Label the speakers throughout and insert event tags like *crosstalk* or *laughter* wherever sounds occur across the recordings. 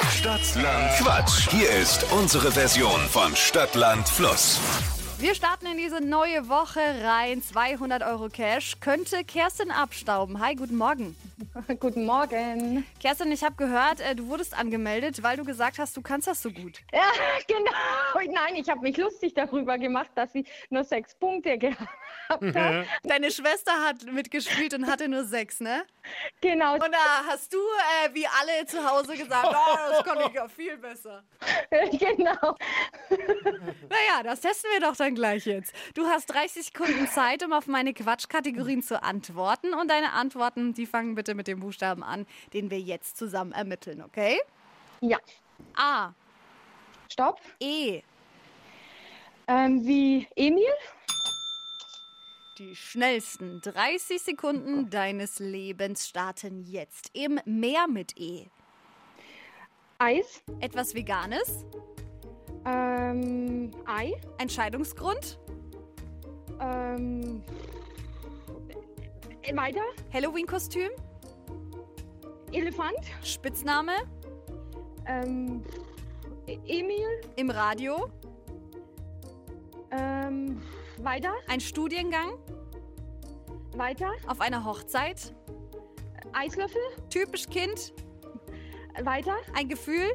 Speaker 1: Stadtland Quatsch. Hier ist unsere Version von Stadtland Fluss.
Speaker 2: Wir starten in diese neue Woche rein. 200 Euro Cash könnte Kerstin abstauben. Hi, guten Morgen.
Speaker 3: *laughs* Guten Morgen.
Speaker 2: Kerstin, ich habe gehört, äh, du wurdest angemeldet, weil du gesagt hast, du kannst das so gut.
Speaker 3: Ja, *laughs* genau. Nein, ich habe mich lustig darüber gemacht, dass ich nur sechs Punkte *laughs* gehabt habe.
Speaker 2: Deine Schwester hat mitgespielt und hatte nur sechs, ne?
Speaker 3: genau.
Speaker 2: Und da hast du, äh, wie alle zu Hause, gesagt, oh, das kann ich ja viel besser.
Speaker 3: *laughs* genau.
Speaker 2: Naja, das testen wir doch dann gleich jetzt. Du hast 30 Sekunden Zeit, um auf meine Quatschkategorien zu antworten. Und deine Antworten, die fangen bitte mit dem Buchstaben an, den wir jetzt zusammen ermitteln, okay?
Speaker 3: Ja.
Speaker 2: A,
Speaker 3: Stopp.
Speaker 2: E,
Speaker 3: Ähm, wie Emil?
Speaker 2: Die schnellsten 30 Sekunden deines Lebens starten jetzt im Meer mit E.
Speaker 3: Eis.
Speaker 2: Etwas Veganes,
Speaker 3: Ähm, Ei.
Speaker 2: ein Scheidungsgrund,
Speaker 3: Ähm, äh, weiter.
Speaker 2: Halloween-Kostüm,
Speaker 3: Elefant.
Speaker 2: Spitzname,
Speaker 3: Ähm, E- Emil.
Speaker 2: im Radio,
Speaker 3: Ähm, weiter.
Speaker 2: ein Studiengang,
Speaker 3: Weiter.
Speaker 2: auf einer Hochzeit,
Speaker 3: Eislöffel.
Speaker 2: typisch Kind,
Speaker 3: Weiter.
Speaker 2: ein Gefühl,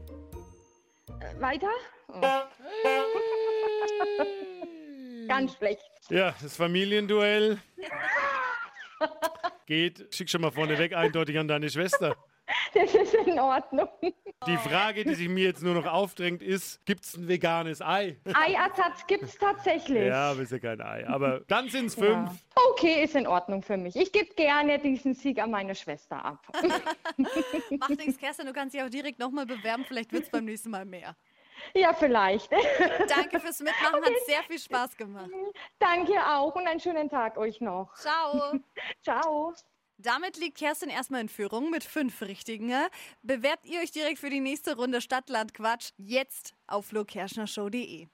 Speaker 3: Äh, Weiter. Ganz schlecht. *laughs*
Speaker 4: Ja, das Familienduell geht, schick schon mal vorne weg, eindeutig an deine Schwester.
Speaker 3: Das ist in Ordnung.
Speaker 4: Die Frage, die sich mir jetzt nur noch aufdrängt, ist: gibt's ein veganes Ei?
Speaker 3: Eiersatz gibt's tatsächlich.
Speaker 4: Ja, aber ist ja kein Ei. Aber dann sind's fünf.
Speaker 3: Okay, ist in Ordnung für mich. Ich gebe gerne diesen Sieg an meine Schwester ab.
Speaker 2: macht nichts, Kerstin, du kannst dich auch direkt nochmal bewerben, vielleicht wird es beim nächsten Mal mehr.
Speaker 3: ja, vielleicht. *laughs*
Speaker 2: Danke fürs Mitmachen, hat sehr viel Spaß gemacht.
Speaker 3: Danke auch und einen schönen Tag euch noch.
Speaker 2: Ciao.
Speaker 3: Ciao.
Speaker 2: Damit liegt Kerstin erstmal in Führung mit fünf Richtigen. ne? Bewerbt ihr euch direkt für die nächste Runde Stadtland Quatsch jetzt auf flokerschnershow.de.